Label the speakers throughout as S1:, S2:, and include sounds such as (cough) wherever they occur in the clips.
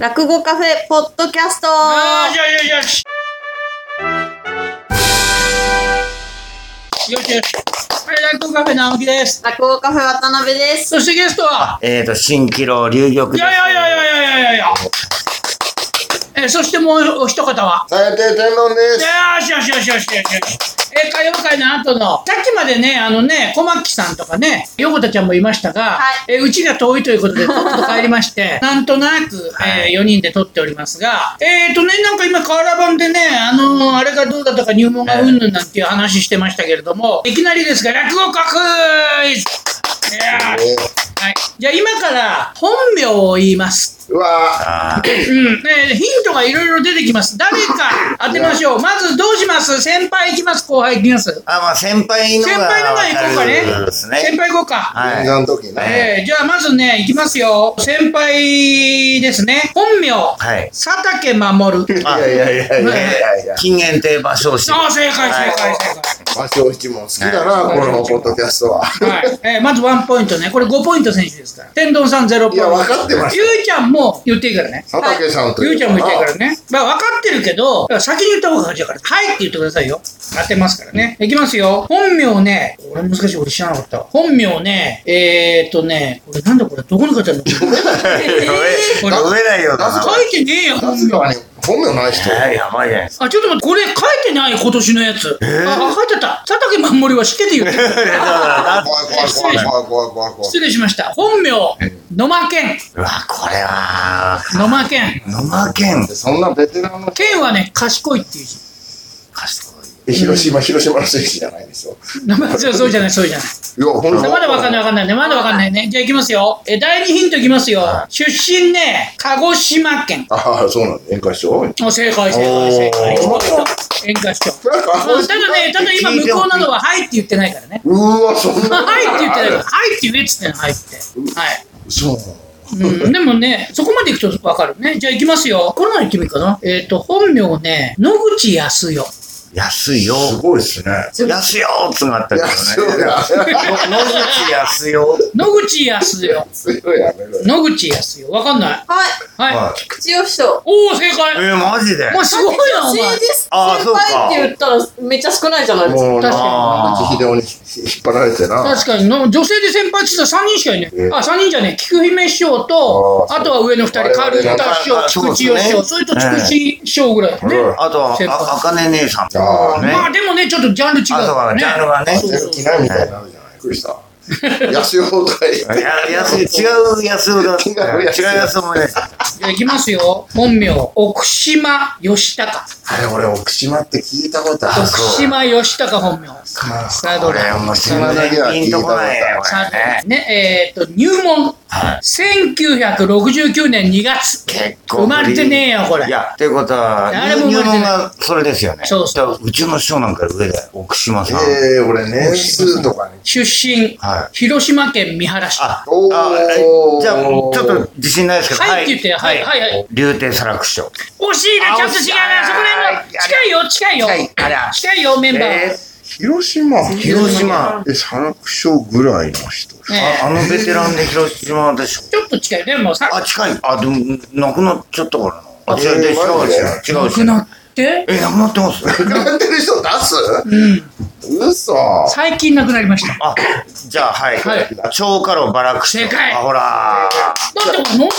S1: 落語カフェポッドキャスト
S2: ああ、いやいやいや。しよしよし。はい、ライトカフェの青木です。
S1: 落語カフェ渡辺です。
S2: そしてゲストは、
S3: えーと、新キロ流玉
S2: いやいやいやいやいやいやいや。えー、そしてもうお一方は。
S4: 最低天丼で
S2: よ
S4: す。
S2: しよしよしよしよし。えー、歌謡会の後の、さっきまでね、あのね、小牧さんとかね、横田ちゃんもいましたが、
S1: はい
S2: えーうちが遠いということで、とっとと帰りま
S1: (laughs)
S2: して、なんとなく、え4人で撮っておりますが、えっ、とね、なんか今、瓦版でね、あのーあれがどうだとか入門がうんぬんなんていう話してましたけれども、いきなりですが、落語家クイズいやーはい、じゃあ今から本名を言います。
S4: うわ
S3: あー
S2: うん、えーヒントがいろいろ出てきます。誰か当てましょう。まずどうします先輩いきます後輩いきます
S3: あ、まあ、先輩のが
S2: 先輩の前行こうかね
S3: わるです。ね。
S2: 先輩行こうか。
S4: ー、
S3: はい。
S4: 銀座の時な。
S3: はい
S2: えーじゃあまずね、いきますよ。先輩ですね。本名、
S3: はい。
S2: 佐竹守。
S4: いやいやいやいやいやいや。
S3: 禁煙定場昇進。
S2: ああ、正解、正
S3: は
S2: 解、
S3: い
S2: 正
S4: 和尚一門好きだな、
S2: はい
S4: このポッドキャストは。
S2: 解。はい。えーまずワンポイントね。これ5ポイント選手ですから。天丼さん0ポイント。
S4: いや分かってます
S2: ゆうちゃんも言っていいからね。
S4: 佐竹さんと
S2: ゆ
S4: いう
S2: ちゃんも言ってるからね。まあ分かってるけど、先に言った方が勝ちだから、はいって言ってくださいよ。当てますからね。いきますよ。本名ね、これ難しい、俺知らなかったわ。本名ね、えーっとね、これなんだこれ、どこの方の
S3: 読め読めないよな。
S2: 書いてねえよ、本
S4: 夏
S2: 名。
S4: 川に本名ない人。
S3: はい、やばいじゃないです
S2: あ、ちょっと待って、これ書いてない、今年のやつ。あ、あ書いてあった。佐竹守は知ってて言ってる
S3: か。
S4: 怖い怖い怖い怖い怖い怖い怖い
S2: 失。礼しました。本名、野間健。
S3: うわ、これは、
S2: 野間健。
S3: 野間健。
S4: そんなベテランの
S2: 健はね、賢いっていう字。
S3: 賢い。
S4: 広島、広島の選手じゃないでしょ。
S2: 名前そうそうじゃない、そうじゃない。
S4: いや、ほん
S2: さあまだわかんないわかんないね。まだわかんないね。じゃあ行きますよ。え、第2ヒントいきますよ。出身ね、鹿児島県。
S4: ああ、そうなんだ。宴会しよう。
S2: お、正解、正解、正解。1ポイント。演歌師匠。
S4: それは
S2: あ
S4: か
S2: ただね、ただ今向こうなどは、はいって言ってないから (laughs) ね。
S4: うわ、そんな。
S2: はいって言ってないから、はいって言えっつってんの、はいって。はい。
S4: そう。
S2: うん、でもね、そこまで行くとわかるね。じゃあ行きますよ。この前行ってみるかな。えっ、と、本名ね、野口康 (laughs) 代。
S3: 安いよ。
S4: すごいですね。
S3: 安いよっつがあったけどね。
S4: 安いや。
S3: 野口安いよ。
S2: 野口康代。
S4: 強いやめろよ。
S2: 野口康代。わかんない。
S1: はい。
S2: はい。
S3: い。
S1: 口吉と。
S2: おお、正解。
S3: えー、マジで
S2: もうすごいな、お
S1: 女
S2: 前
S1: 性。です。
S3: あー
S1: 先輩って言ったらめっちゃ少ないじゃないですか。
S4: もう、
S2: 確かに
S3: あー
S4: 口秀夫に引っ張られてな。
S2: 確かにの女性で先輩って言ったら3人しかいない、
S4: ええ
S2: あ三人じゃねえ菊姫師匠と
S4: あー
S2: あとは上の2人
S4: 我々
S2: 軽田師
S3: あ
S2: 匠
S3: そう
S2: 菊池師
S3: ですね
S2: 匠それと筑紫師匠ぐらいだね、
S4: うん
S3: あとは
S2: 先輩、
S3: あかね姉さん。
S4: あー
S3: ね
S2: まあでもねちょっとジャンル違う
S3: あ、そう
S2: か
S3: からジャンルがね。
S4: やる気ないみたいになるじゃない。びっくりした。安い方がいい。
S3: いや安い違う安をだ。
S4: 違う安い
S3: 違う安もね。
S2: じゃあいきますよ本名奥島義隆
S4: あれ、俺、奥島って聞いたことある。
S2: 奥島義隆本名さあど
S3: こ
S2: れ
S3: れ面白いね。ピンとこないね、こ
S2: さあ
S3: れね。
S2: ねえー、っと入門、1969年2月
S3: 結構
S2: 生まれてねえよこれ
S3: いや、っていうことは、
S2: 誰も生
S3: 入
S2: まれてない
S3: 門がそれですよね。
S2: そうそう
S3: だからうちの師匠なんかより上だよ。奥島さん。
S4: ええ、俺、年数とかね。
S2: 出身、
S3: はい
S2: 広島県三原市
S3: あ、
S4: おー
S3: あえじゃあ、ちょっと自信ないですけど。
S2: はいって言ってはいはいはい。
S3: 竜亭沙楽師匠。
S2: 惜しいな、ちょっと違うな、そこら辺の。近いよ、近いよ。
S3: あら。
S2: 近いよ、メンバー。
S4: 広島
S3: 広島。
S4: え、三楽章ぐらいの人。
S2: ねえ
S3: ああのベテランで広島でしょ。
S2: ちょっと近い。でもさ、
S3: あ、近い。あ、でも、なくなっちゃったからな。あ、違う、違う、違う
S4: えーマジで、
S3: 違う。
S2: 亡くなって
S3: え、なくなってます
S4: 並んでる人出す嘘。
S2: 最近亡くなりました。
S3: あ、じゃあ、はい。
S2: はい
S3: 超過労バラクション
S2: 正解
S3: あ、ほら
S2: だって載ってんの、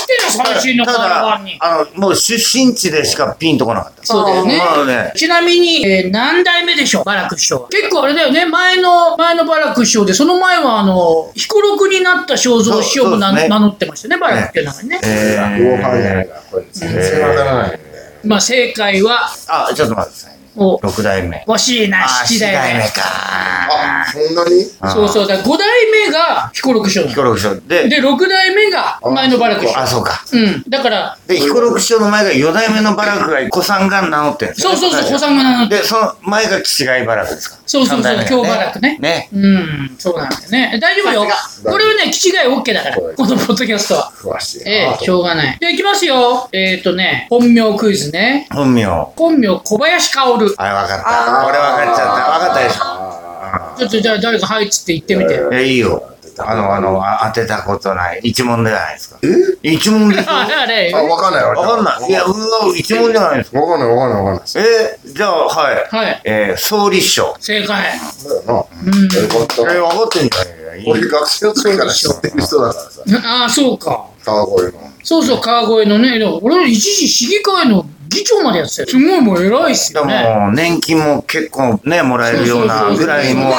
S2: 最新のカ
S3: た
S2: ーラ
S3: だ
S2: 版に、。
S3: あの、もう出身地でしかピンとこなかった。
S2: そうだよね
S3: まあね。
S2: ちなみに、えー何代目でしょう、バラク師匠は。結構あれだよね、前の、前のバラク師匠で、その前は、あの、彦六になった肖像師匠もな
S3: そうそうですね
S2: 名乗ってましたね、バラクっていう名前ね。
S3: え
S4: 後半じゃない
S3: ー、
S4: な。これ、全然わからないんだよ。
S2: まあ、正解は、
S3: あ、ちょっと待ってくださいね。
S2: お、
S3: 六代目。
S2: 惜しいな、
S3: あ、
S2: 七
S3: 七
S2: 代
S3: 代
S2: 目
S3: 目。か
S4: あ、そんなに
S2: そうそうだ、5代目が彦六師匠なの
S3: 彦六師匠。で、
S2: で、6代目が前のバラク師
S3: あ、そうか。
S2: 匠。うん。だから、
S3: で、彦六師匠の前が四代目のバラクが、子さんが名乗ってるんです
S2: そ
S3: ね
S2: うそうそう、子さんが名乗って。
S3: で、その前が岸貝バラクですか。
S2: そうそうそう
S3: 三代目
S2: 京バラクね
S3: ね。
S2: うん、そうなんだよね。大丈夫よ。これはね、気違い OK だから、このポッドキャストは。
S4: 詳しいな。
S2: ええ、しょうがない。じゃあ、いきますよ。えっとね、本名クイズね。
S3: 本名。あ
S2: 本名、小林薫。ち
S3: れ、わかった。
S1: あー
S3: 俺わかっちゃった。わかったでしょ。
S4: あ
S2: ょっとじゃあ、誰か、はいっつって言ってみて。
S3: え、いいよ。
S4: ー
S3: あの、あの、あ当てたことない。一問じゃないですか。え一問でしょ
S2: あれあれ
S4: あ、わかんないわ。
S3: わかんない。いや、うわ、一問じゃないですか。
S4: わかんない、わかんない、わかんない。
S3: えー、じゃあ、はい。
S2: はい
S3: えー、総理賞。
S2: 正解
S4: そうだよ
S2: うん
S4: な。よかっ
S3: えー、
S4: た。
S3: 分かってんじゃないい
S4: 俺
S3: い
S4: 学生の時から知ってる人だからさ。
S2: ああそうか
S4: 川越の。
S2: そうそう川越のねでも俺一時市議会の議長までやってたよすごいもう偉いっす
S3: で
S2: よ
S3: も、
S2: ね
S3: 年金も結構ね、もらえるようなぐらいもう、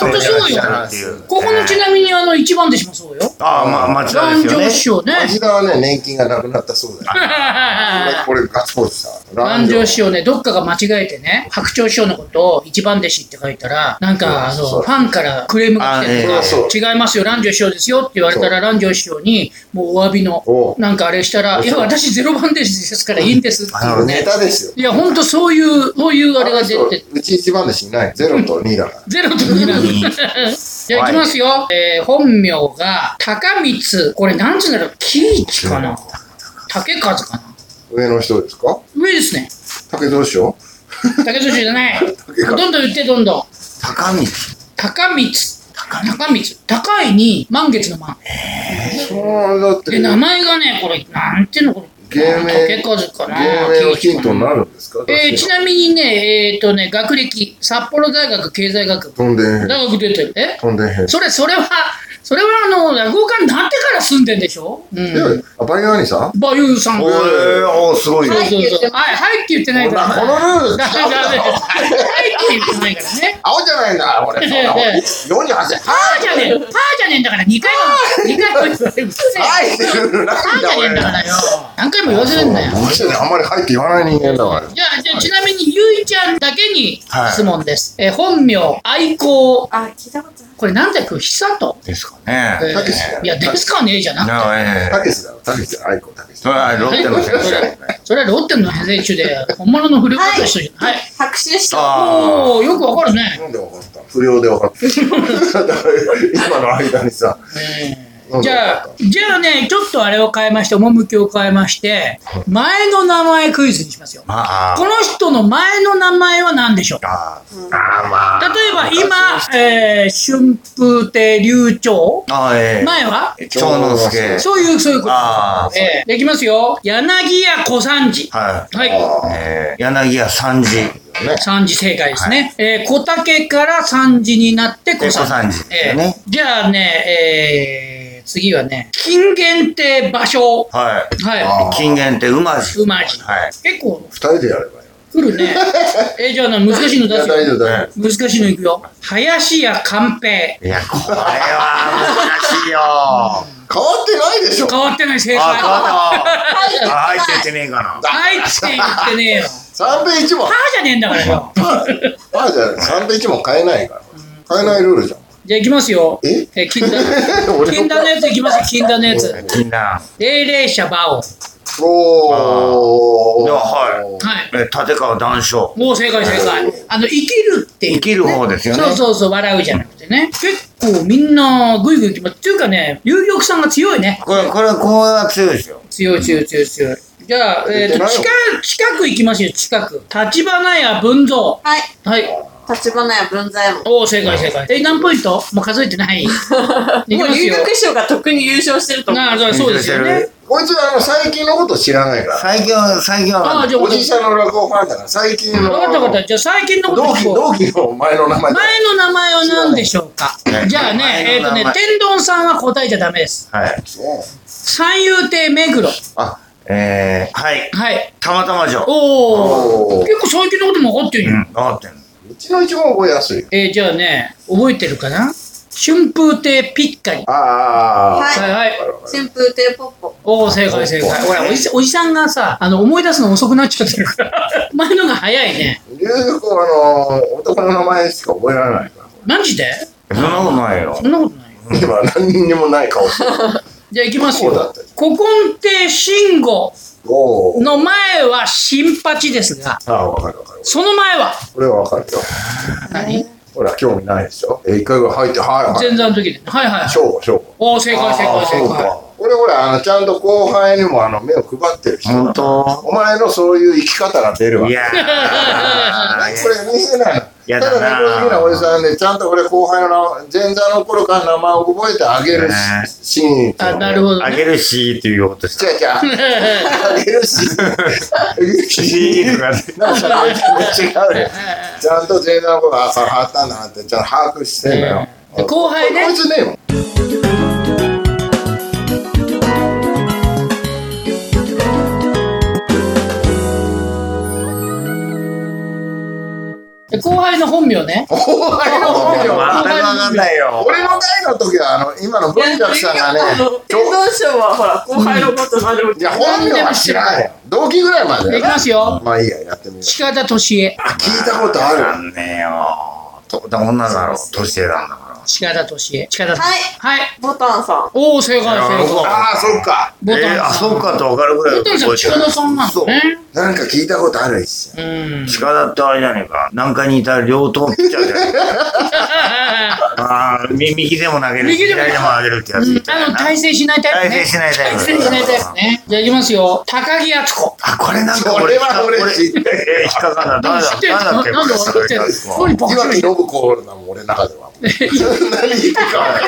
S2: そうそうそうそういや
S4: 本当そうよ
S3: っていう
S2: ここのちなみにあの一番弟子もそうよ
S3: ああ、まあ、町田
S2: 男
S3: ですよ
S2: 女
S3: ね
S2: 師。匠ね
S4: (laughs) 町田はね、年金がなくなったそうだよ。これガッツポーズさ。
S2: 南條師匠ね、どっかが間違えてね、白鳥師匠のことを一番弟子って書いたら、なんか、あ
S4: そうそ
S2: の、
S4: う
S2: ファンからクレームが来て
S3: あええ
S4: そう
S2: 違いますよ、南條師匠ですよって言われたら、南條師匠に、もうお詫びの
S4: お、う
S2: なんかあれしたら、いや、私ゼロ番弟子ですからいいんですって
S3: あ
S2: い
S3: の
S2: う
S4: ネ
S2: ね。
S4: タですよ。
S2: いや、ほんとそういう、そういうあれが出
S4: そう
S2: て、
S4: うち一番でしない。ゼロと二だから。
S2: ゼロと2なんで。じゃあ、いきますよ。えー本名が、高光。これ、なんつうんだろう、喜一かな竹和かな
S4: 上の人ですか
S2: 上ですね。
S4: 竹蔵師匠
S2: 竹寿司じゃない。どんどん言って、どんどん。
S3: 高道。
S2: 高光高光高いに満月の満
S4: そうだって
S2: で。名前がねこれなんていうのこれ
S4: 芸名
S2: 竹風かな
S4: 芸名のヒントになるんですか
S2: えーちなみにねえっ、とね学歴札幌大学経済学部
S4: 飛んでへん。
S2: 大学出てるえ
S4: 飛んでへん。
S2: それそれはそれはあの落語家になってから住んでんでしょう
S4: いや
S2: ん
S4: あ、バイアーニさん
S2: バユーさん
S3: おえー、おーすごいよ。
S2: そう
S1: はい
S2: そうそうはいはいって言ってないから
S4: この
S2: (laughs)
S4: ルール
S2: だめだめはいって言ってないからね
S4: 青じゃないんだ、俺。そんな
S2: ねえねえ
S4: 48歳。
S2: パーじゃねえパーじゃねえんだから2回も2回も言われる
S4: はいっていうルールない
S2: なん
S4: んだ、
S2: だよ、
S4: 俺。
S2: 何回も言わせるんだよ。
S4: うちであんまり入って言わない人間だから。
S2: じゃあ、じゃあちなみに、ゆいちゃんだけに
S3: はい
S2: 質問です。えー本名、愛好、
S1: あ、聞いたことない。
S2: これなんだっけ、久と。
S3: ですかね
S2: え。ー
S4: たけしだよ
S2: いや、ですかねじゃなくて。
S3: なあ、え
S4: たけしだろ、たけしだよ、アイコたけし。
S3: それはロッテの選手だよね。
S2: それはロッテの選手で、本物の古川選手じゃない。はい
S1: 白手した。
S3: あ
S2: おー、よくわかるね。
S4: なんで分かったの不良で分かった。 (laughs) だから今の間にさ。なんで
S2: じ
S4: 分か
S2: ゃ
S4: っ
S2: あ
S4: たの、
S2: じゃあね、ちょっとあれを変えまして、趣を変えまして、前の名前クイズにしますよ
S3: あ。。まあ、
S2: この人の前の名前は何でしょう
S3: あ
S4: あーまあ。
S2: 例えば今、えー春風亭流暢
S3: あ、ああ、ええ。
S2: 前は
S3: 長之助。
S2: そういう、そういうこと。
S3: ああ、
S2: ええできますよ。柳家小三治。
S3: は
S2: はい。
S3: い。えー、柳家三次。
S2: 三治正解ですね。えー小竹から三治になって小
S3: で、小
S2: 三
S3: 三次
S2: 治。
S3: で
S2: え
S3: す
S2: え
S3: ね。
S2: じゃあね、えー次はね、金限定場所。
S3: は
S2: はい
S4: あ
S3: い。金言って馬
S2: い。
S3: じ。
S2: うまじ。
S3: はい。
S2: 結構
S4: 二人でやればいい
S2: 来るね。えーじゃあな、難しいの
S4: の。い
S2: 出
S4: や、
S2: す
S4: 大丈
S2: よ。
S4: 夫、大丈
S2: 難しいのいくよ。林家寛平。
S3: いや、これは難しいよ。あ、
S4: 夫。変わってないでしょ。
S2: 変わってない正
S3: 変
S2: 解。
S3: わっ
S1: は
S3: た。あ、入ってってねえかな。
S2: はいって言ってねえよ。
S4: 三平一問
S2: パー。じゃねえんだからよ。
S4: まあじゃあ、三平一問変えないから。変えないルールじゃん。
S2: じゃあ行きますよ。
S4: え
S2: えー、禁断。
S4: 俺
S2: 禁断のやつ行きますよ、禁断のやつ。
S3: 禁断。
S2: 霊霊者馬王。
S4: おー。
S3: ではは
S2: はい。
S3: え、立川談笑。
S2: もう正解正解。あの、生きるっていう
S3: 生。きる方ですよね。
S2: そうそうそう、笑うじゃなくてね。結構みんなグイグイ来ます。っていうかね、遊玉さんが強いね。
S3: これ、これ、これは強いですよ。
S2: 強い強い強い強い。じゃあ、えっ、
S4: 出て
S2: と、
S4: ないよ
S2: 近く、近く行きますよ、近く。立花屋文蔵。
S1: はい。
S2: はい。
S1: 立花や文在も
S2: おお、正解正解。え、何ポイントもう数え
S1: (laughs)
S2: てない。いき
S1: も
S2: ま
S1: う
S2: す
S1: 留
S2: よ。
S1: 学賞が特に優勝してると思う。
S2: なあ、そうそうですよね。
S4: こいつはあの最近のこと知らないから。
S3: 最近は、最近
S2: あ
S3: は
S2: あ、、じゃあ、
S4: おじい
S2: 分
S4: ちゃんの落語ファンだから、最近の。
S2: かった分かった。じゃあ、最近のこと
S4: 同
S2: 聞
S4: 期、
S2: こう。
S4: 同期の前の名前だ。
S2: 前の名前は何でしょうか
S3: ね
S2: じゃあね、え
S3: 前
S2: っ、
S3: の
S2: と
S3: 名前
S2: ね、天丼さんは答えちゃダメです。
S3: はい。
S4: そう
S2: 三遊亭目黒。
S3: あ、えー、はい。
S2: はい。
S3: たまたまじゃ。
S2: おお。
S4: おー
S2: 結構最近のことも分かってる
S3: う
S2: よ。
S3: ん、分かってんの。
S4: うちの一問覚えやすいよ。
S2: えー、じゃあね、覚えてるかな春風亭ピッカリ。
S4: ああ、ああ
S1: は
S2: はい
S1: い。
S2: はい。
S1: 春風亭ポッポ。
S2: おお、正解正解。ほら、おじおじさんがさ、あの、思い出すの遅くなっちゃってるから。 (laughs) 前のが早いね。
S4: 龍子はあの、男の名前しか覚えられないから。
S2: 何時で
S3: そんなことないよ。
S2: そんなことないよ。
S4: 今何にもない
S3: (laughs)
S4: 顔してる。
S2: じゃあ行きます
S4: そうだ
S2: よ
S4: った。
S2: 古今亭慎吾
S4: おお。
S2: の前は新八ですが、
S4: ああ、わかるわかる。
S2: その前は
S4: これはわかるよ。
S2: 何
S4: ほら、興味ないでしょ。え、一回ぐらい入って、はいはい。
S2: 前座の時で。はいはいはい。
S4: 正午、正午。
S2: おお、正解正
S4: あ
S2: 解
S4: あ、そ
S2: 正
S4: う
S2: 解。
S4: か。俺ほら、あの、ちゃんと後輩にもあの、目を配ってる人。
S3: 本当
S4: お前のそういう生き方が出るわ。
S3: い
S4: これ
S3: やー。
S2: (laughs)
S4: 見えないの。
S3: や
S4: た
S3: だな
S4: だ猫好きなおじさんで、ちゃんとこれ後輩の名前、前座の頃から名前を覚えてあげるし
S3: ね
S4: シーンっていう
S2: あ、
S4: の。
S2: なるほど
S3: あ
S2: ね。
S3: げるしーっていうことです
S4: 違う違う。あげるし。あげる
S3: し (laughs) ーとかね
S4: なんかそれ違うね。ちゃんと前座の頃、あ、それはったんだなって、ちゃんと把握してんだよ。
S2: うん後輩ね
S4: こいつねえもん。
S2: 後輩の本名ね。
S4: 後輩の本名
S3: わ
S4: は。
S3: かんないよ
S4: 俺の代の時は、あの、今の文楽さんがね、
S1: 天皇賞はほら、後輩のことなる
S4: いや、本名は知らんよ。同期ぐらいまでだ
S2: い
S4: よ
S2: きますよ。
S4: まあいいや、やってみよう。
S2: 近田敏恵。
S4: あ聞いたこと
S3: わ
S4: あ
S3: か
S4: る。
S3: んねえよと女だろ年上なんだか
S2: 近田敏恵。近田敏
S1: はい
S2: 恵。はい。
S1: ボタンさん。
S2: おお、正解、正解。
S4: ああ、そっか。
S2: ボタンさん。
S3: らえーあそうかと分かるぐらい
S2: ボタンさん、近田さんなんだね。
S4: なんか聞いたことあるし。
S2: うん。
S3: 近田ってあれじゃねえか南海にいた両党ピッチャーじゃねえ
S2: (laughs)
S3: かああみ右でも投げるし
S2: 右でも
S3: 左でも投げるってやつみたい
S2: あ
S3: な
S2: の、対戦しないタイプね。
S3: 対戦しないタイプ
S2: 対戦しないタイプね。じゃあ、いきますよ。高木敦子。
S3: あこれなんか
S4: それは俺知ってる
S3: えー引っかかんだ誰だ
S2: (laughs) 知ってる
S3: 誰だっけ
S2: なんで (laughs) 俺
S3: こ
S2: 知って
S3: れ
S2: る
S3: こ
S2: こ
S3: れ
S2: れバ
S4: い
S2: カ
S4: わき信子だもん、俺の中で (laughs) は。何言って (laughs) かわか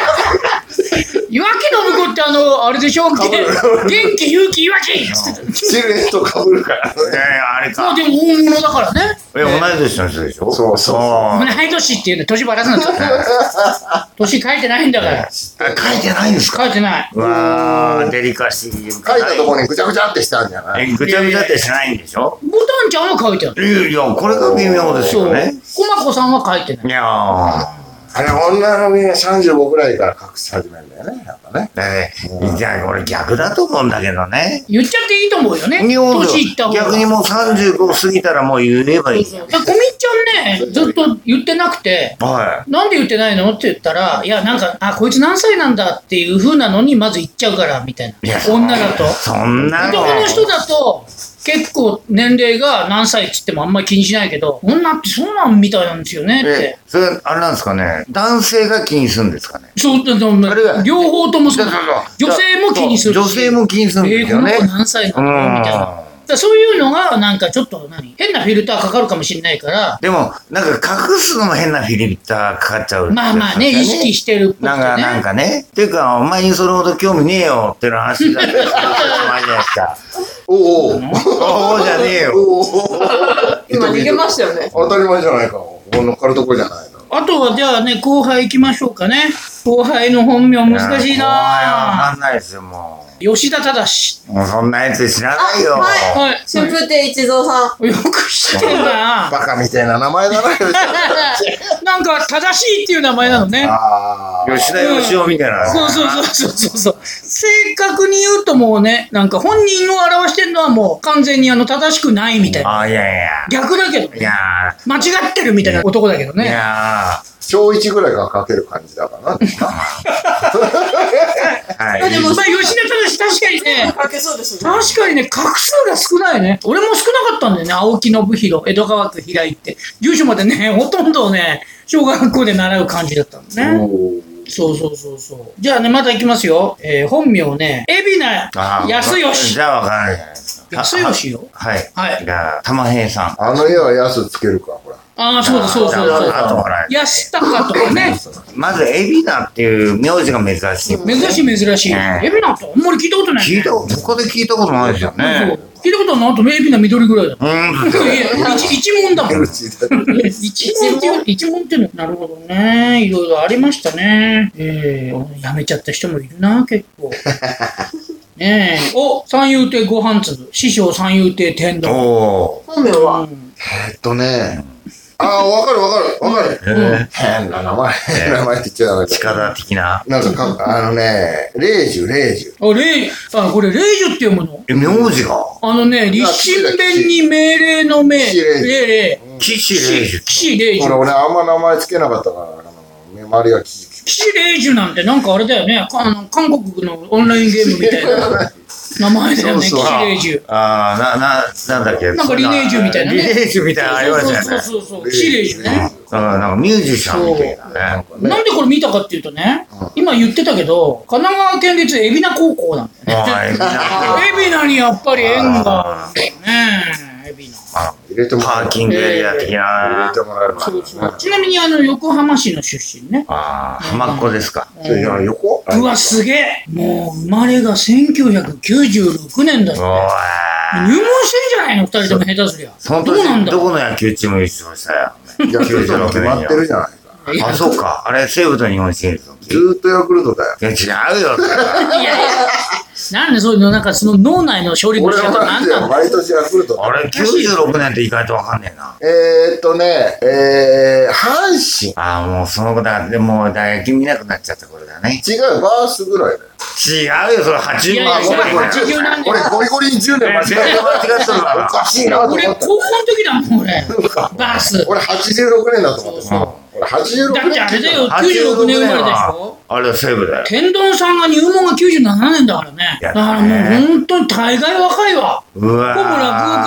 S2: 岩木信子ってあの、あれ
S3: (laughs)
S2: でしょ元気、勇気、岩木つってた。
S4: シルエットかぶるから
S3: えーあれ
S2: まあ
S3: か
S2: でも大物だからね。
S3: え同い年の人でしょ
S4: そうそう
S3: あー
S2: 同い年っていうの、年ばらすなっちゃった。年書いてないんだから。
S3: あ書いてないんですか
S2: 書いてない。
S3: うわーデリカシー書い
S4: 書いたところにぐちゃぐちゃってしてあるんじゃない
S3: えぐちゃぐちゃってしないんでしょ
S2: ボタンちゃんは書いてある。
S3: いやいやこれが微妙です
S2: そう。コ
S3: よね
S2: マコさんは書いてない
S3: い。やー
S4: あれ、女の身が35ぐらいから隠し始めるんだよね、やっぱね。
S3: ねいや俺逆だと思うんだけどね
S2: 言っちゃっていいと思うよね。
S3: 日本
S2: 年いった方が。
S3: 逆にもう35過ぎたらもう言えばいいじゃん
S2: だからこみちゃんね、ずっと言ってなくて、
S3: は
S2: なんで言ってないのって言ったら、いや、なんか、あ、こいつ何歳なんだっていう風なのに、まず言っちゃうから、みたい
S3: いいや
S2: な。女だと。
S3: そんなの
S2: 男の人だと、結構年齢が何歳っつってもあんまり気にしないけど、女ってそうなんみたいなんですよねって
S3: え。それあれなんですかね男性が気にするんですかね
S2: そう、だ
S3: あれだ
S2: 両方ともそう
S3: そうそうそう
S2: 女性も気にするし。
S3: 女性も気にするん
S2: えー、
S3: です
S2: こ
S3: よ
S2: の
S3: ね
S2: 子何歳なのみたいな。だ
S3: うん
S2: からそういうのが、なんかちょっと何、変なフィルターかかるかもしれないから、
S3: でもなんか隠すのも変なフィリピターかかっちゃう
S2: まあまあね、意識してるっぽくてね。
S3: なんか、なんかね。っていうか、お前にそれほど興味ねえよっていう話だったりする前じゃないですか。
S4: おお
S3: おおじゃねえよ。
S4: おお
S1: 今逃げましたよね。
S4: 当たり前じゃないか。ここ乗っかるとこじゃないの。
S2: あとはじゃあね、後輩行きましょうかね。後輩の本名難しい
S3: わ
S2: なぁ
S3: かんないですよ、も
S2: 吉田正。
S3: う。もうそんなやつ知らないよ。
S1: あは
S2: はい。
S1: 春風亭一蔵さ
S2: よく知ってるなぁ
S4: バカみたいな名前だな。
S2: なんか、正しいっていう名前なの (laughs) ね。
S4: ああ。
S3: 吉田義雄みたいな。
S2: そうそうそうそうそうそう。正確に言うともうね、なんか本人を表してるのはもう完全にあの正しくないみたいな。
S3: あ、いやいや。
S2: 逆だけど
S3: い
S2: ね。
S3: や
S2: 間違ってるみたいな男だけど
S3: ー。い
S2: ね。
S3: や
S4: 小一ぐらいからかける感じだからな。
S1: ん。
S3: ー。は
S1: あで
S3: い。
S1: も
S2: まあ、吉田正確かにね、
S1: かけそうですね。
S2: 確かにね、画数が少ないね。俺も少なかったんだよね。青木信弘、江戸川区平井って。住所までね、 (laughs) ほとんどね、小学校で習う感じだったんだね。そうそうそうそう。じゃあね、また行きますよ。えー、本名ね、海老
S3: あ
S2: 名安吉
S3: じ。ゃあわかんないじゃないですか。
S2: 安吉よ。
S3: はい。
S2: はい
S3: じゃあ、玉平さん。
S4: あの家は安つけるか、ほら。
S2: ああ、そうだそうだそうだそう
S3: じゃああと
S2: だ。
S3: はない。
S2: 安高とかね。
S3: まず、エビナっていう名字が珍しい。
S2: 珍しい珍しい。
S3: ね
S2: エビナってあんまり聞いたことない、ね。
S3: 聞いた、他で聞いたことないですよ
S2: そう
S3: ね。
S2: 聞いたことないあとエビナ緑ぐらいだ。
S3: うーん。
S2: いやいや一一問だもん。一問っていう、一問っていうの、なるほどね。いろいろありましたね。ええやめちゃった人もいるな、結
S3: (laughs)
S2: 構。ねえ。お、三遊亭ご飯粒。師匠三遊亭天丼。
S3: お
S1: 本名
S2: う
S1: は
S2: ん
S4: えっとね。ああ、わかるわかるわかる。
S3: ー。
S4: 変な名前。変な名前って言っちゃダメだ。
S3: 力的な。
S4: なんかか、あのね、霊樹、霊樹。
S2: あ、レイ、あ、これ、レイジュっていうもの。
S3: え、名字が
S2: あのね、立身弁に命令の命。
S4: 岸礼二
S2: レイレイ。
S3: 岸礼二。
S2: 岸レイジ
S4: これ
S2: ュ。
S4: 俺あんま名前つけなかったから、あの、目周りがき
S2: 岸レイジュなんてなんかあれだよね。かあの韓国のオンラインゲームみたいな名前だよね、
S4: そうそう
S2: 岸レイジュ。
S3: ああ、な、な、なんだっけ。
S2: なんかリネージュみたいなね
S3: リネージュみたいなのありましたよ
S2: そう
S3: ね。
S2: そうそうそう。シレージュね。
S3: うん、なんかミュージシャンみたいなね。
S2: なんでこれ見たかっていうとね、今言ってたけど、神奈川県立海老名高校なんだよね。
S3: ああ、エビナ。
S2: 海老名にやっぱり縁があるんだよね。海の。
S4: あ、入れても
S3: パ
S4: らえ
S3: ー
S4: る。
S3: キングエリア的
S4: 入
S3: な
S4: れて。もらえる
S1: そうそう
S4: か。
S2: ちなみにあの、横浜市の出身ね。
S3: ああ、浜っ子ですか。
S4: じゃあいや、横
S2: うわ、すげえもう生まれが1996年だ
S3: お
S2: ぞ。入
S3: ー
S2: 門してん
S3: い。
S2: じゃないの二人とも下手すりゃ。
S3: その
S2: どうなん
S3: 年、
S2: だ
S3: どこの野球チーム優勝したよ。
S4: 野球場決まってるじゃないか。
S2: いや
S3: あ、そうか。あれ、西武と日本シリーズの時
S4: ずーっとヤクルトだよ。
S3: いや、違うよ。それはい
S2: やいや。なんでそういうの、なんかその脳内の処理の
S4: 俺
S2: 仕
S4: は
S2: 方なんなの
S4: 毎年ヤクルト。
S3: あれ、96年って意外とわかんねえな。
S4: えーっとね、えー、阪神。
S3: ああ、もうそのことは、でも、大学見なくなっちゃった頃だね。
S4: 違う、バースぐらいだよ。
S3: 違うよ、それ80
S2: いやいや
S3: 万
S2: いや
S3: ごめんごめん。
S2: 80なんだよ
S4: 俺ゴリゴリに10年間
S3: 全
S4: 違え
S3: 然間違ってたか
S4: た。お
S3: ら。
S4: かしいなと思
S2: 俺、
S4: っ
S2: 高校の時だもん、俺。
S4: た。
S2: バース。
S4: 俺86年だと思って
S3: うん
S4: た。俺86
S2: だ
S4: 年。
S2: ってあれだよ、96年生まれでしょ
S3: あれは西武だよ。
S2: 天丼さんが入門が97年だからね。
S3: や
S2: だ
S3: ったね
S2: からもう本当に大概若いわ。
S3: うわ
S2: ほぼ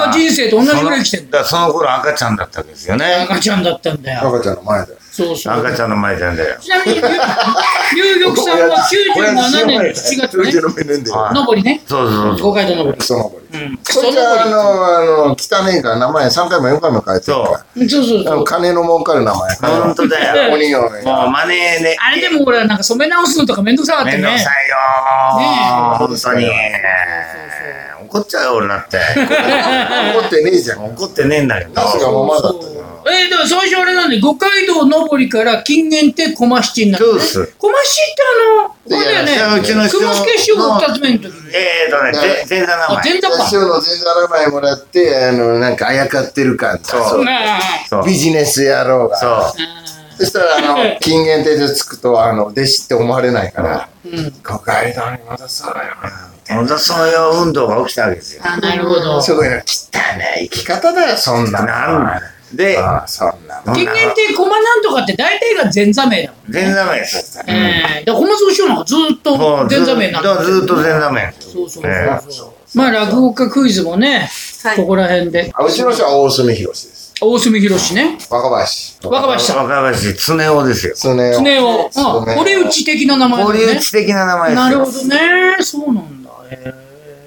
S2: 落語家人生と同じぐらい来てんだ。
S3: だ。その頃赤ちゃんだったわけですよね。
S2: 赤ちゃんだったんだよ。
S4: 赤ちゃんの前だよ。
S2: そうそう。
S3: 赤ちゃんの前なんだよ。
S2: ちなみに、龍玉さん
S4: (laughs)
S2: は97年の7月ね、
S4: 96年で。
S3: はい
S2: 上りね。
S3: そうそうそう。
S2: 五階堂上り。
S4: クソ登り。
S2: うん。
S4: それじゃあ、あの、あの、汚ねえから名前3回も4回も変えてるか
S2: 上り。そうそう
S4: ら。
S2: そ
S4: あ
S2: う
S4: の。金の儲かる名前。
S3: 本当
S2: (laughs)
S3: だよ。
S4: 鬼のね。
S3: もう真似ね。
S2: あれでも俺はなんか染め直すのとかめんどくさかった
S3: め
S2: よ
S3: んどく
S2: ね
S3: さ。いよー。本当に。怒っちゃうよ、俺
S2: (laughs)
S3: だって。
S4: 怒ってねえじゃん。
S3: 怒ってねえんだけど。
S4: 確かままだったじゃん。
S2: えー、でも最初あれなんで、五街道上りから金源って駒七になった、ね。
S3: そうです
S2: 駒七ってあの、これだよ
S4: いやい
S3: やう
S2: ね。
S3: ちの師匠
S2: 雲助師匠が二つ目の時に。
S3: えーとね、前前座名
S2: あ、
S3: 前。
S2: 前座か。
S4: 師匠の前座名前もらって、あの、なんかあやかってる感と
S3: そう
S2: あ
S3: そう。
S4: ビジネス野郎が。
S3: そう。
S2: あ
S4: そしたら、あの、金言手でつくと、あの、弟子って思われないから、
S2: うん。
S4: 誤解だに戻そうよ。
S3: 本当そういう運動が起きたわけですよ。
S2: あ、なるほど。
S4: すごいな、汚い生き方だよ、そんなの。
S3: なんで、
S4: ああ、そんなの。
S3: どん
S2: 金
S3: な
S2: 源って駒なんとかって大体が前座名だもん。
S3: 前座名です。
S2: ええ。だから駒蔵師匠なんかずっ
S3: も
S2: と
S3: うず
S2: 前座名なん
S3: だからずっと前座名。
S2: そうそう
S3: え
S2: そうそう。まあ、落語家クイズもね、
S1: はい
S2: ここら辺で。
S4: あうちの人は大隅博士です。
S2: 大隅博ね。
S4: 若林。
S2: 若林さん。
S3: 若林常夫ですよ。
S4: 常を。
S2: 常を。
S4: 常を
S2: あ、堀内的な名前
S3: 堀
S2: だね
S3: 内。的な名前ですよ。
S2: なるほどね。そうなんだ。へえ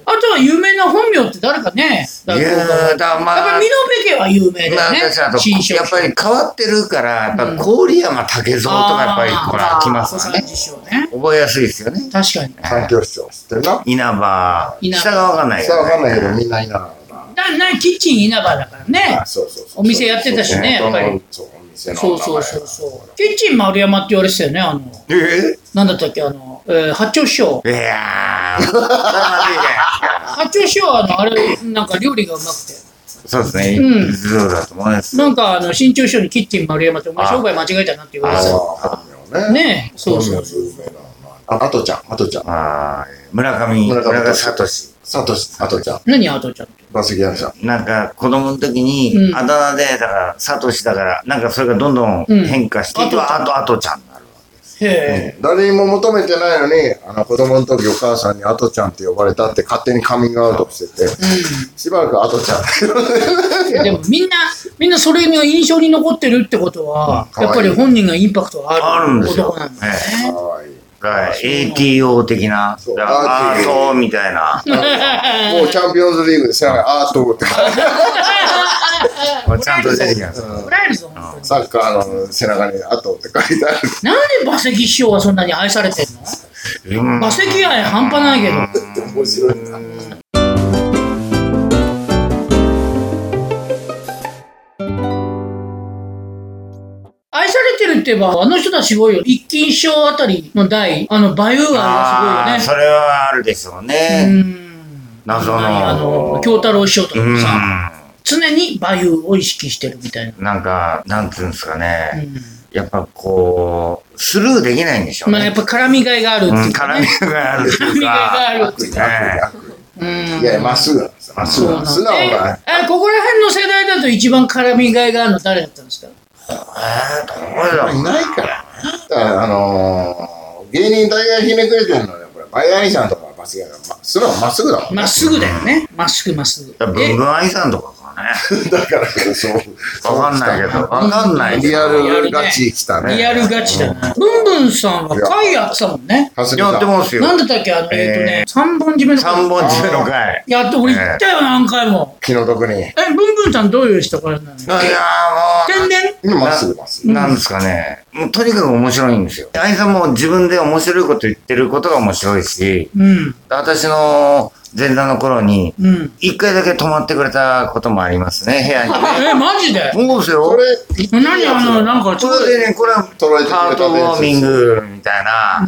S2: あとは有名な本名って誰かね。
S3: い
S2: 落語家
S3: やー、だからま
S2: やっぱ
S3: あ、
S2: り美濃部家は有名だ
S3: ま
S2: よ
S3: あ、
S2: ね
S3: 私あ。
S2: 新
S3: と、
S2: 書。
S3: やっぱり変わってるから、やっぱ郡山竹蔵とかやっぱり、ほら、来ますからね。
S2: ね。
S3: 覚えやすいですよね。
S2: 確かに。だ、
S4: 環境省。知ってるな
S3: 稲葉、
S2: 稲葉
S3: 下がわかんない
S4: さあ、わかんないけど、
S3: ね。
S4: みんな稲葉なんだ
S2: な、キッチン稲葉だからね
S4: あ。そうそうそう。
S2: お店やってたしね
S4: そうそう
S2: やっぱり。
S4: そう、お店の名
S2: そ
S4: 前。
S2: うそうそうそう。キッチン丸山って言われてたよね。あの、
S3: え
S2: なんだったっけ、あの、えー八丁師匠。
S3: えいやー、それはまずいね
S2: 八丁師匠は、あの、あれ、なんか料理がうまくて。
S4: (laughs)
S3: そうですね。
S2: うん
S3: そうだと思います。
S2: なんか、あの、新潮師匠にキッチン丸山って、お前商売間違えたなって言われてた。
S4: ああ、本名ね。
S2: ねえ、そうそうそう。
S4: 本名有名なあ、あとちゃん、あとちゃん。
S3: まあ、村上、
S4: 村上
S3: 村上聡。
S4: さとし、あとちゃん。
S2: 何アートちゃんって。
S4: バスギャルさん。
S3: なんか子供の時
S2: う
S3: に
S2: ん
S3: あだ名でだからサトシだからなんかそれがどんどん
S2: うん
S3: 変化して、
S2: あと
S3: 今はあとあとちゃんになる
S2: へえ。
S4: 誰にも求めてないのに、あの子供の時お母さんにあとちゃんって呼ばれたって勝手にカミングアウトしてて、しばらくあとちゃん。
S2: うん。 (laughs) でもみんな、みんなそれが印象に残ってるってことは、
S4: うん
S2: やっぱり本人がインパクトがあ
S3: あるん
S2: る
S3: ですよ
S2: 男なんだね。
S4: かわいい。
S3: だから ATO 的な
S4: そう
S3: だから
S4: ア
S3: ア
S4: ー
S3: ー
S4: ト
S3: トみたいな (laughs)
S4: もうチャンピオンズリーグで世界アートって、
S3: ちゃんと出てきます
S2: 怒られるぞ、本当に。
S4: サッカーの背中にアートって書いてある。
S2: なんで馬関師匠はそんなに愛されてんの
S3: うん
S2: 馬関愛半端ないけど。
S4: 面白いな。
S2: 愛されてるって言えば、あの人たちすごいよ。一金賞あたりの代、あの、馬優愛
S3: あ
S2: が
S3: ー
S2: す
S3: それはあるでしょう
S2: ごいよ
S3: ね
S2: ね。うん。
S3: 謎
S2: あの
S3: の、
S2: 京太郎師匠とか
S3: うん
S2: もさ、常に馬優を意識してるみたいな。
S3: なんかなんていうんですか
S2: う
S3: ね
S2: ん
S3: やっぱこうスルーできないんでしょう
S2: まあや
S3: ね
S2: っぱ絡みがいがあるって
S3: うん
S2: いうか
S3: 絡
S2: ね。
S3: みがあるって
S2: 絡
S3: い
S2: み
S3: う
S2: がいがあ
S3: か
S2: るっていうか。うん
S4: いや、まっすぐなんですよ。まっすぐ
S2: そう
S4: な
S2: なんんだ
S4: です。素直がね。
S2: え、ここら辺の世代だと一番絡みがいがあるの誰だったんですか
S3: えーどうだろう
S4: いないから。だから、あのー、芸人大概ひねくれてるのね、これ。バイアニさんとかバスギャルさん、ま素直まっすぐだもん。
S2: まっすぐだよね。まっすぐまっすぐ。
S3: だから文具愛さんとかかね。
S4: だからこそ。
S3: わかんないけど。わかんないけど。
S4: リアルガチ来たね。
S2: リアルガチだな。ブンブンさんは回やってたもんね。
S4: はすみ
S3: や
S4: さ
S3: って
S4: ん。
S3: ますよ。
S2: なんだったっけあの、えっとね、三本締めの回。
S3: 三本中の回。
S2: いやって、俺行ったよ、何回も。
S4: 気の毒に。
S2: え、ブンブンさんどういう人からなの
S3: いやーも
S2: 天然
S4: 今まっすぐまっす
S3: う、なんですかね。もうとにかく面白いんですよ。あいさんも自分で面白いこと言ってることが面白いし、
S2: うん、
S3: 私の前座の頃に、
S2: うん。
S3: 一回だけ泊まってくれたこともありますね、部屋にね。
S2: え、マジで
S3: そうです
S4: ぐ。こ
S3: よ。
S4: れ、言ってるやつ
S2: 何あの、なんか、ち
S3: そ
S2: ょっと
S3: れでね、これは
S4: 捉えてくれた
S3: ハートウォーミングみたいな、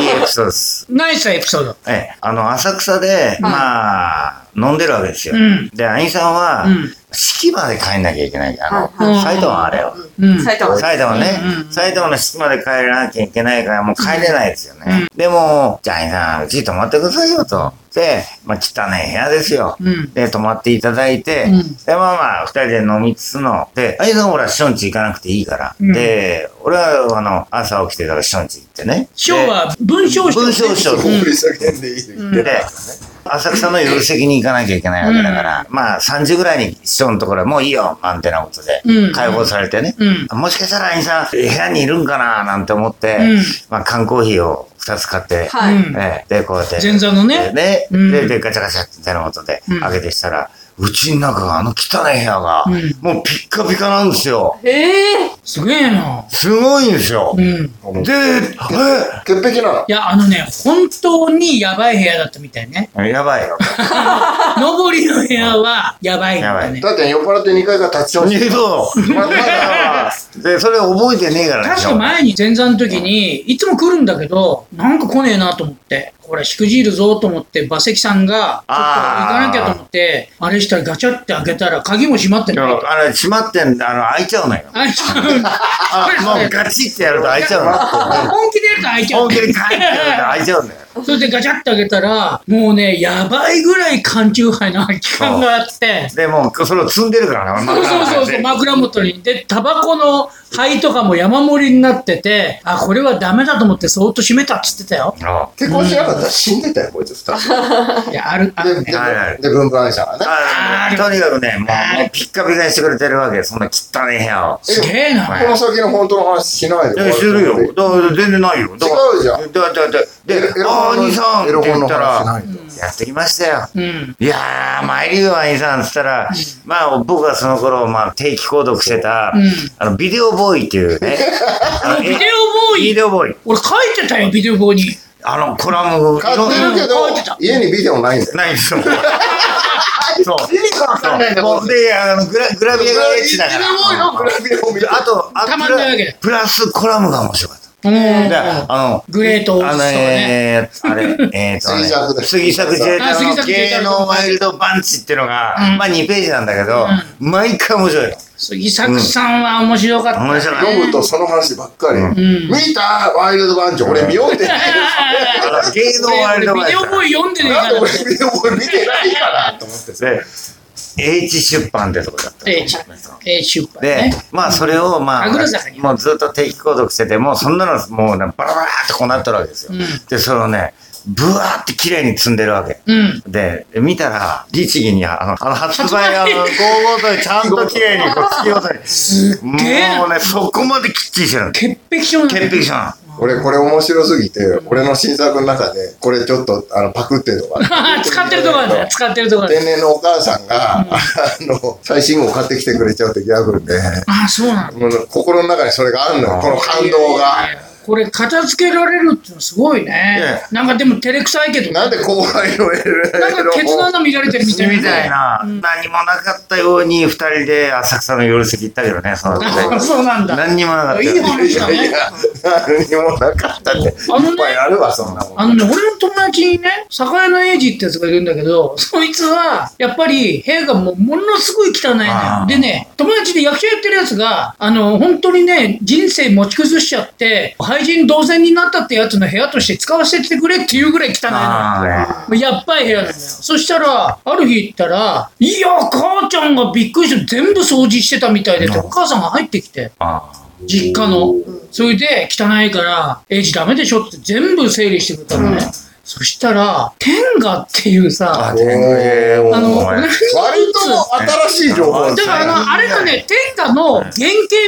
S3: いいエピソードです。
S2: ナイスエピソード。
S3: ええ、あの、浅草で、まあ、飲んでるわけですよ。
S2: うん
S3: で、兄さんは、
S2: うん
S3: 式場で帰んなきゃいけないから、あの、
S2: はい
S3: 埼玉あれよ。
S2: うん。
S1: 埼玉。
S3: 埼玉ね、
S2: うんうん
S3: 埼玉の式まで帰らなきゃいけないから、もう帰れないですよね。
S2: うん
S3: でも、じゃあ兄さん、うち泊まってくださいよと。で、まあ、汚い部屋ですよ。
S2: うん。
S3: で、泊まっていただいて、
S2: うん
S3: で、まあまあ、二人で飲みつつの、で、あいつは俺はションチ行かなくていいから、
S2: うん
S3: で、俺は、あの、朝起きてたからションチ行ってね。
S2: 章は文章賞。
S3: 文章賞
S4: 大振り下げんでいい。言って
S3: で
S4: たからね。
S3: 浅草の夜席に行かなきゃいけないわけだから、まあ3時ぐらいに師匠のところはもういいよ、なんてなことで、
S2: うん
S3: 解放されてね、
S2: うん
S3: もしかしたら兄さん、部屋にいるんかななんて思って、
S2: うん
S3: まあ缶コーヒーを2つ買って、
S1: はい。
S2: うん
S3: ええで、こうやって。
S2: 前座のね
S3: で、
S2: うん
S3: で、でガチャガチャってなことで
S2: うん、
S3: 開けてしたら、うちの中があの汚い部屋が、
S2: うん
S3: もうピッカピカなんですよ。
S1: へえ。
S2: すげえな。
S3: すごいんですよ。
S2: うん。
S3: で、
S2: い
S4: あの
S3: え
S4: 潔癖なの。
S2: や、あのね、本当にやばい部屋だったみたい
S3: (laughs)
S2: ね。
S3: やばいよ。
S2: 上りの部屋はやばいみたいね。
S4: だって酔っ払って2回が立ち上が
S3: 二度。
S4: まだまだ
S3: (laughs) で、それ覚えてねえからで
S2: 確
S3: しょ
S2: か。前に前座の時に、いつも来るんだけど、なんか来ねえなと思って、これしくじるぞと思って、馬関さんが、ちょっと行かなきゃと思って、あれしたらガチャって開けたら鍵も閉まって
S3: い
S2: ない
S3: やあれ、閉まってんだ、あの、開いちゃうのよ。
S2: 開いちゃうんだ。
S3: あ
S2: それそれ
S3: もうガチってやると開いちゃう
S2: (laughs)
S3: の。
S2: 本気でやると開いちゃう
S3: 本。気で開いてやると開いちゃうんだよ。
S2: それでガチャって開けたら、もうね、やばいぐらい缶チューハイの空き缶があって、
S3: で、もう、それを積んでるからな、
S2: そうそうそうそう、
S3: まあ
S2: 枕元に。で、タバコの灰とかも山盛りになってて、あ、これはダメだと思ってそーっと閉めたっつってたよ。
S3: あ
S4: 結婚しなかったら死んでたよ、こいつ二人。
S2: いや、ある、ある
S4: で、
S2: ね。
S3: はいはい
S4: で、で、文化愛者がね。
S3: あとにかくね、もう、もうピッカピカにしてくれてるわけよそんな汚い部屋を。
S2: すげえな。
S4: この先の本当の話しないで。
S3: え、するよ。だから全然ないよ。だから
S4: 違うじゃん
S3: だだだ
S4: エロ
S3: で
S4: エ、ロ
S3: あー、
S4: 本の
S3: 兄さんっ
S4: エロ
S3: て言
S4: 本
S3: っ
S4: の
S3: たら、
S4: 話し
S3: や
S4: ないと。
S3: ってきましたよ。
S2: うん。
S3: いやー、参るよ、兄さんっつったら、まあ、僕はその頃、まあ、定期購読してた、
S2: うん
S3: あの、ビデオボーイっていうね、あの
S2: ビデオボー
S3: ビ
S2: イ、
S3: デオボーイ。
S2: 俺書いてたよ、ビデオボーイに。
S3: あの、コラム、
S4: 買ってるけ
S2: うん買ってた
S4: ど、家にビデオないんだよ。
S3: ないんですよ。そう。
S4: 意味がわかんないんだよ、こ
S3: そう
S4: れ。
S3: で、あの、グラ、グラビアがエッチだか
S4: ビ
S3: ら。
S4: デオボーイのグラビアを見て
S3: あと、あ
S2: たまんないわけだ
S3: プラスコラムが面白かった。
S2: うん。
S3: であの、
S2: グレートオー
S3: あ
S2: ズと
S3: の
S2: かね。
S3: えー、あれ、えーとね
S4: 杉作だ
S3: 杉作ジェイ
S2: あ杉
S3: の
S2: 作 J
S3: 芸能ワイルドパンチっていうのが、
S2: うん
S3: まあ2ページなんだけど、毎回面白いの。
S2: 杉作さんは面白かった。
S3: 面白かった
S4: 読むとその話ばっかり。
S2: ん
S4: 見たワイルドバンジョ俺見よ
S2: (laughs)
S4: うってない。
S3: あの芸能ワイルド
S2: 俺
S3: パ
S2: ビ
S3: ンチ
S2: デオボーイ読んでねえ
S4: なんで
S2: から。
S4: 俺ビデオボーイ見てないかなと思ってさ。
S3: で、H 出版ってとこだった。
S2: H えー、出版
S3: で
S2: ね。、
S3: まあそれをまあ
S2: 神楽坂に、
S3: もうずっと定期購読してて、もうそんなのもうね、バラバラってこうなってるわけですよ。で、それをね、ブワーって綺麗に積んでるわけ。
S2: うん。
S3: で、見たら、律儀にあの、あの発売、あ
S2: 発売
S3: の、ゴーゴーとちゃんと綺麗にこう突き落とす。もう
S2: えな
S3: ね、そこまできっちりしてるの。
S2: 潔癖症なんだ
S3: 潔癖じゃん。
S4: 俺これ面白すぎて、俺の新作の中で、これちょっとあのパクってるとか。
S2: 使ってるとこなんだよ。使ってるとこなんだよ。
S4: 天然のお母さんが、あの、最新号買ってきてくれちゃうってギャグで、
S2: ああ、そうなんだ。
S4: もう心の中にそれがあるのよ、この感動が。
S2: これ、片付けられるってのはすごいね
S3: え。
S2: なんかでも照れくさいけど、な
S4: なんで後輩のエル
S2: んかケツの穴見られてるみたいな。
S3: みたいな、何もなかったように、二人で浅草の夜席行ったけどね、その
S2: ああ (laughs) そうなんだ。
S3: 何にもなかった
S2: い
S3: よ
S2: い。話だ
S4: いやい
S2: ね。
S4: や、何にもなかったって。いっ
S2: あのね
S4: ぱいあるわ、そんなもん。
S2: あのね、俺の友達にね、酒屋のエイジってやつがいるんだけど、 (laughs) そいつは、やっぱり部屋がもうものすごい汚いのよ
S3: あ。ー
S2: でね、友達で役者やってるやつが、あの、本当にね、人生持ち崩しちゃって、廃人同然になったってやつの部屋として使わせてくれっていうぐらい汚いのよ。
S3: あ
S2: もうやっばい部屋なんだよ。そしたら、ある日行ったら、いや、母ちゃんがびっくりして全部掃除してたみたいでって、お母さんが入ってきて。
S3: ああ
S2: 実家の。それで汚いから、エイジダメでしょって全部整理してくれたのね。そしたら、天下っていうさ、
S3: あ、天狗へお
S2: あの、
S3: 前
S2: 何
S4: 割と新しい情報
S2: だからあの、あれがね、天下の原型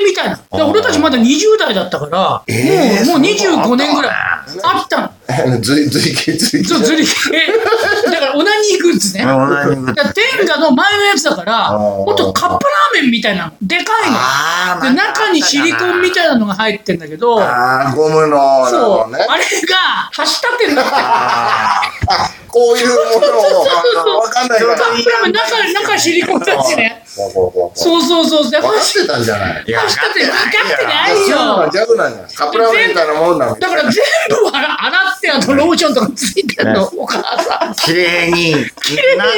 S2: みたいな。だから俺たちまだ20代だったから、
S3: えー
S2: もう、もう
S3: そんなことあった
S2: 25年ぐらいあったの。
S4: (laughs) ずいずいきずい
S2: そう、ずり、
S3: (laughs)
S2: え、だからオナニーグッズね。だか
S3: 同じぐらい
S2: ら天下の前のやつだから、
S4: あー
S2: ほんとカップラーメンみたいなの。でかいの。
S3: あー
S2: で
S3: なんかあったかな
S2: 中にシリコンみたいなのが入ってんだけど、そう、
S4: あーゴムのなるほどね
S2: あれが、端立ってんだって。
S3: あー
S4: あこういうものを分かんないから
S2: カップラーメン中、中シリコンだしね。
S4: そうそうそうそ
S2: そうそう
S4: う
S2: そう。で、
S4: 分かっ
S2: 端
S4: てたんじゃない
S3: いや
S2: 端立って、分かってない
S4: そうなん
S2: よ。
S4: ジャグなんじゃないカップラーメンみたいなもんなの
S2: だから全部洗洗って、あとローションとかついてんの、お母さん。
S3: 綺麗に、なん
S2: に洗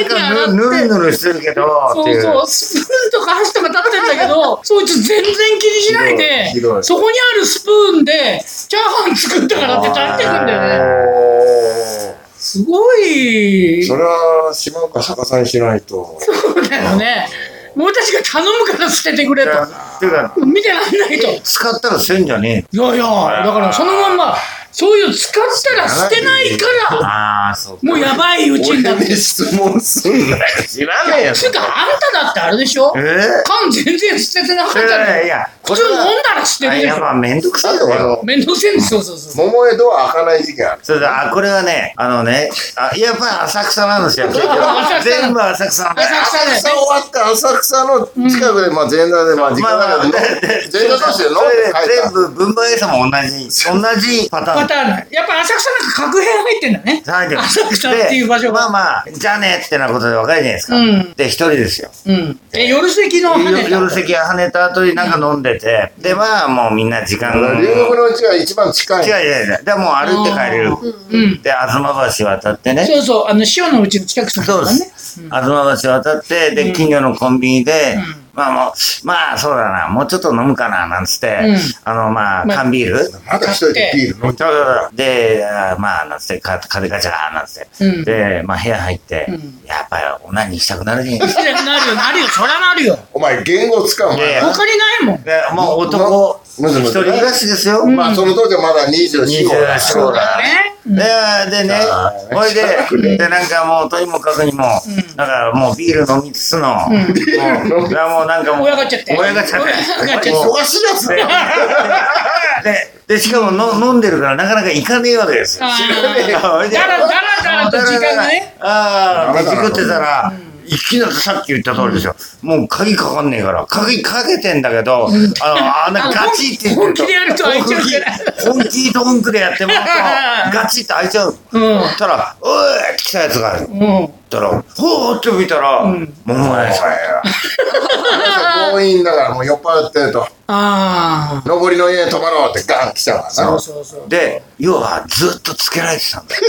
S2: っ
S3: か
S2: て
S3: ぬぬるぬるしてるけど、って
S2: そう
S3: いう。
S2: そう、スプーンとか箸とか立ってんだけど、そいつ全然気にしないで
S4: ひどい、
S2: そこにあるスプーンで、チャーハン作ったからって立ってくんだよね。
S4: おー
S2: すごい。
S4: それは島岡逆さにしないと
S2: そうだよね。もう俺たちが頼むから捨ててくれ
S3: だから
S2: と。
S3: てか、
S2: 見てらんないと。
S3: 使ったらせんじゃねえ。
S2: いやいや、だからそのまんま、そういう使ったら捨てないから、
S3: ああ、そう
S2: もうやばいうちにな
S4: 俺
S2: って
S4: に
S2: る。
S4: 質問すんなよ
S3: 知らねえよ。
S2: つうか、あんただってあれでしょ
S3: え
S2: 缶全然捨ててなかっ
S3: それ
S2: たの
S3: は
S2: よ
S3: いや、
S2: 普通飲んだら捨てる
S3: あ
S2: でし
S3: やっぱ
S2: ょ
S3: めんどくさ
S4: あ
S3: い
S4: と
S3: だ
S4: あ
S3: よ。
S4: の
S2: めんどくせえんですよ、そうそうそう。
S4: 桃江ドア開かない事件ある
S3: そうだ、あ、これはね、あのね、あやっぱり浅草なん
S2: (laughs)
S3: ですよ。結局
S2: 浅草
S3: 全部浅草なんだよ
S2: 浅草だ
S4: 浅
S2: よ
S4: 草
S2: ね。
S4: 終わって浅草の近くで、まあ前座でまあ時間があるけど前座として飲んで
S3: そ
S4: 帰
S3: れ
S4: っ
S3: で
S4: た
S3: 全部文房 A さんも同じ、同じパターン
S2: パ。ターンだ。やっぱ浅草なんか格変入ってんだね。
S3: はいで
S2: 浅草っていう場所
S3: でまあまあ、じゃあねってなことでわかるじゃないですか。
S2: うん
S3: で、一人ですよ。
S2: うん。え、夜席の羽
S3: 夜
S2: 根
S3: 夜
S2: だ。
S3: 席は跳ねた後になんか飲んでて、で、まあもうみんな時間が。
S4: 龍谷のうちが一番近い
S3: 違う違う違う。で、もう歩いて帰れる。
S2: うん。
S3: で、東橋渡ってね。
S2: そうそう、あの、塩のうちの近くさん
S3: そうです。東橋渡って、で、近所のコンビニで、まあもう、まあそうだな、もうちょっと飲むかな、なんつって、
S2: うん
S3: あの、まあ、
S2: まあ
S3: 缶ビール。そう
S4: まだ一人でビール飲んで
S3: そうそうで、あーまあ、なんつって、か壁ガチャーなんつって、
S2: うん
S3: で、まあ部屋入って、
S2: うん
S3: やっぱりオナニーしたくなるね。
S2: いやなるよ、なるよ、そらなるよ。
S4: お前言語使う
S3: い
S4: お
S3: や
S4: 前
S3: いや
S2: 他にないもん。
S3: で、もう男、
S4: むずむ
S3: 一
S4: ず
S3: 人暮らしですよ。
S4: まあその当時はまだ24
S3: 二十
S4: だ
S3: 四
S2: そうだね。うん
S3: で、でね
S4: あ、ー
S3: ほい
S4: 近く
S3: で、で、なんかもう、とにもかくにも、だからもうビール飲みつつの、もう、だからもうなんかもう、
S2: 親がっちゃって。
S3: 親がっちゃって。
S2: 親がっちゃって。
S4: 忙しいやつだよ
S3: で、で、しかもの飲んでるからなかなか行かねえわけですよ。
S2: あ
S3: だ
S2: ーだらだらだらと時間がね。
S3: ああ、
S4: ダ
S3: で、
S4: メ
S3: 事
S4: だな
S3: 故ってたら、いきなりさっき言った通りですよ。もう鍵かかんねえから、鍵かけてんだけど、あの、あんなガチって
S2: 本気でやると開いちゃうから
S3: 本気、本気と本気でやってもらうと、ガチって開いちゃ
S2: う
S3: う。
S2: ん
S3: そしたら、おいって来たやつがある。
S2: うん。
S3: ったら、ほーって見たら、
S2: うん
S3: 桃屋さん。
S4: 強引だからもう酔っ払ってると
S2: ああ。
S4: 上りの家に泊まろうってガン来ちゃうから
S2: そ
S4: な
S2: うそうそう。
S3: で、要はずっとつけられてたんだよ。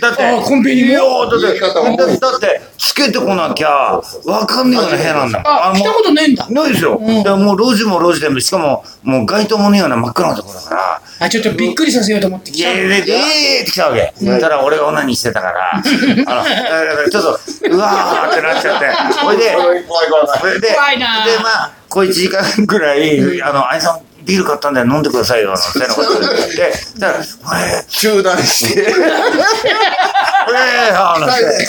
S3: だって、
S2: あコンビニも
S3: いやだっ
S4: 言い
S3: て、
S4: 方も
S3: だだって、つけてこなきゃ、わかんねえような部屋なんだもん。
S2: あ、来たことねえんだ。
S3: ないですよ。
S2: ん
S3: でもう路地も路地でも、しかも、もう街灯もねえような真っ暗なところだから、
S2: あ、ちょっとびっくりさせようと思って
S3: い
S2: 来た
S3: や。いやいや、ええーって来たわけ。そしたら俺がオナニーしてたから、あの、だからちょっと、うわーってなっちゃって、ほいで、
S4: 怖い怖い怖い
S3: それで、
S2: 怖いなあ
S3: で、まあ、こう1時間ぐらい、あの、あいさん、ビール買ったんで飲んでくださいよ、なんてなこと言って、だから、これ、
S4: 中断して
S3: これ、あの、
S4: 二人で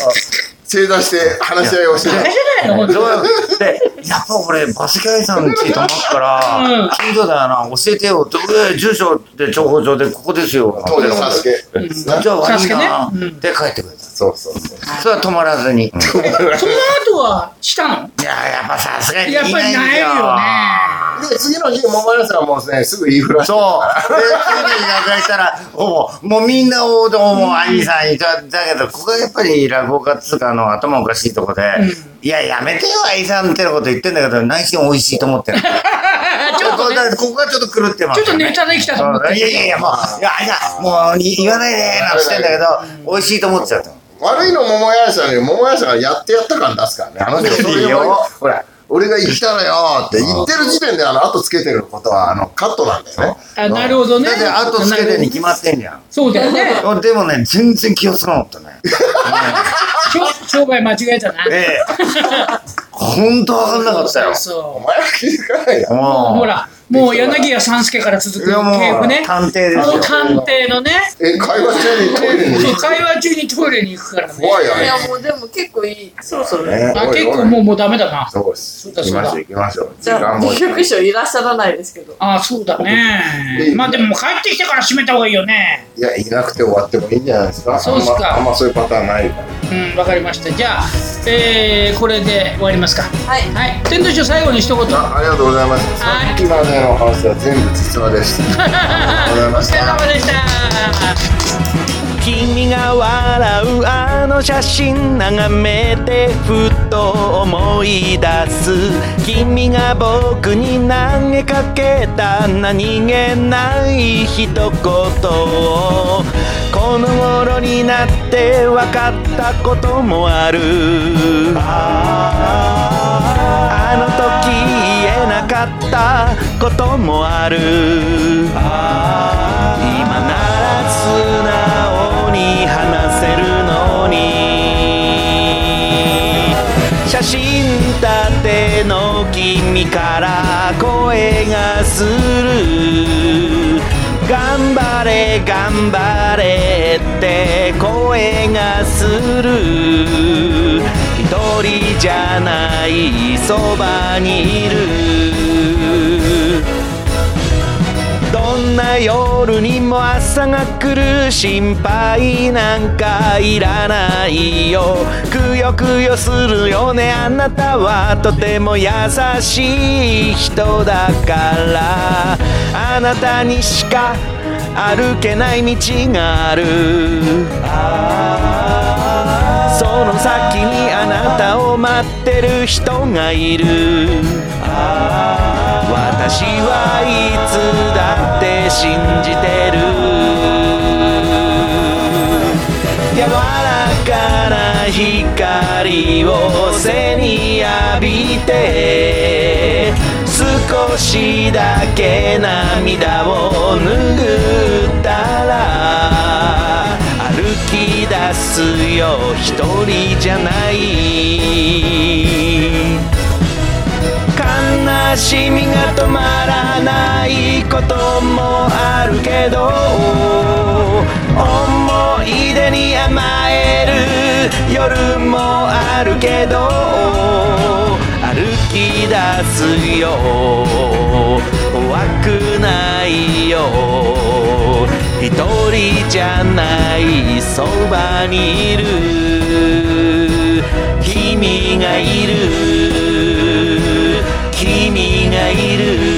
S4: 正座して話し合いをしてた
S2: 大丈夫だよ、ほんと
S3: どうやって、やっぱ俺、バスケアイさんち泊まったから、近所だよな、教えてよ、どこで住所で、情報上で、ここですよ、
S4: 当時のサスケ
S3: じゃあ悪いな、
S2: 助けねうん
S3: で帰ってくれた。
S4: そうそうそう
S3: それは止まらずに。い
S2: その後はしたの
S3: や、やっぱさすがにい
S2: や
S3: な
S2: っ
S3: いん
S2: ぱりな
S3: だ
S2: えるよね。
S4: で次の日桃屋さんはもうねすぐ言いふらして
S3: そう。で、次に仲いたら、おうもうみんな王道も兄さんにだだけど、ここがやっぱり落語家っつうか、あの、頭おかしいとこで、いや、やめてよ、兄さんってなこと言ってんだけど、内心美味しいと思ってる。 (laughs) ちょっと、だからここがちょっと狂ってます、
S2: ちょっとネタできたと思って
S3: そういやいやいや、もう、いや、兄さん、もうに言わないで、なんて言ってんだけど、美味しいと思っちゃった。
S4: 悪いの桃屋さんに桃屋さんがやってやった感出すからね。あの人そう
S3: いい
S4: いう
S3: よ
S4: ほら、俺が言ったらよって言ってる時点であの後つけてることはあのカットなんだよね。
S2: あ、なるほどね。
S3: だって、後つけてに決まってんじゃん。
S2: そうだよ
S3: (laughs)
S2: ね。
S3: でもね、全然気をつかなかったね。 (laughs)
S2: しょ商売間違えたな。
S3: ええ。本当わかんなかったよ。
S2: そう
S4: お前は気づかないよ。
S3: もう
S2: ほら、もう柳家三助から続く
S3: いやもう
S2: 系譜ね。
S3: 探偵ですよ
S2: あの探偵のね。
S4: え、会話中にトイレに行く
S2: 会話中にトイレに行くからね。
S4: 怖い
S1: い
S4: や
S1: や、もうでも結構いい。そろそろね。
S4: ね
S2: あ、
S4: おい
S2: 結
S4: おい
S2: 構もうもうダメだな。
S4: そうです。
S2: そう
S4: 行
S2: だそう
S4: きま
S2: だ
S4: しょう、行きましょう。
S1: じゃあ、
S4: もう。
S1: 局長いらっしゃらないですけど。
S2: あ、そうだね
S4: う。ん
S2: まあでも帰ってきてから閉めた方がいいよね。
S4: いや、いなくて終わってもいいんじゃないですか。
S2: そうっすか
S4: あんまあんまそういうパターンないから。
S2: うん、わかりました。じゃあ、えー、これで終わりますか。
S1: はい。
S2: はい。天童師匠最後に一言。
S4: あありがとうございます。さ
S2: はい
S4: っきまでのお話は全部実話で (laughs) した。ありがとうござい
S2: お
S4: まし
S2: 疲れ
S4: た。
S2: 様でした。
S5: 君が笑うあの写真眺めてふと思い出す君が僕に投げかけた何気ない一言をこの頃になって分かったこともあるあの時言えなかったこともある今なら素直に話せるのに写真立ての君から声がする頑張れ頑張れって声がする一人じゃないそばにいるどんな夜にも朝が来る心配なんかいらないよくよくよするよねあなたはとても優しい人だからあなたにしか歩けない道があるその先にあなたを待ってる人がいる私はいつだって信じてる柔らかな光を背に浴びて少しだけ涙を拭ったら歩き出すよ一人じゃない悲しみが止まらないこともあるけど思い出に甘える夜もあるけど歩き出すよ怖くないよ一人じゃないそばにいる君がいる君がいる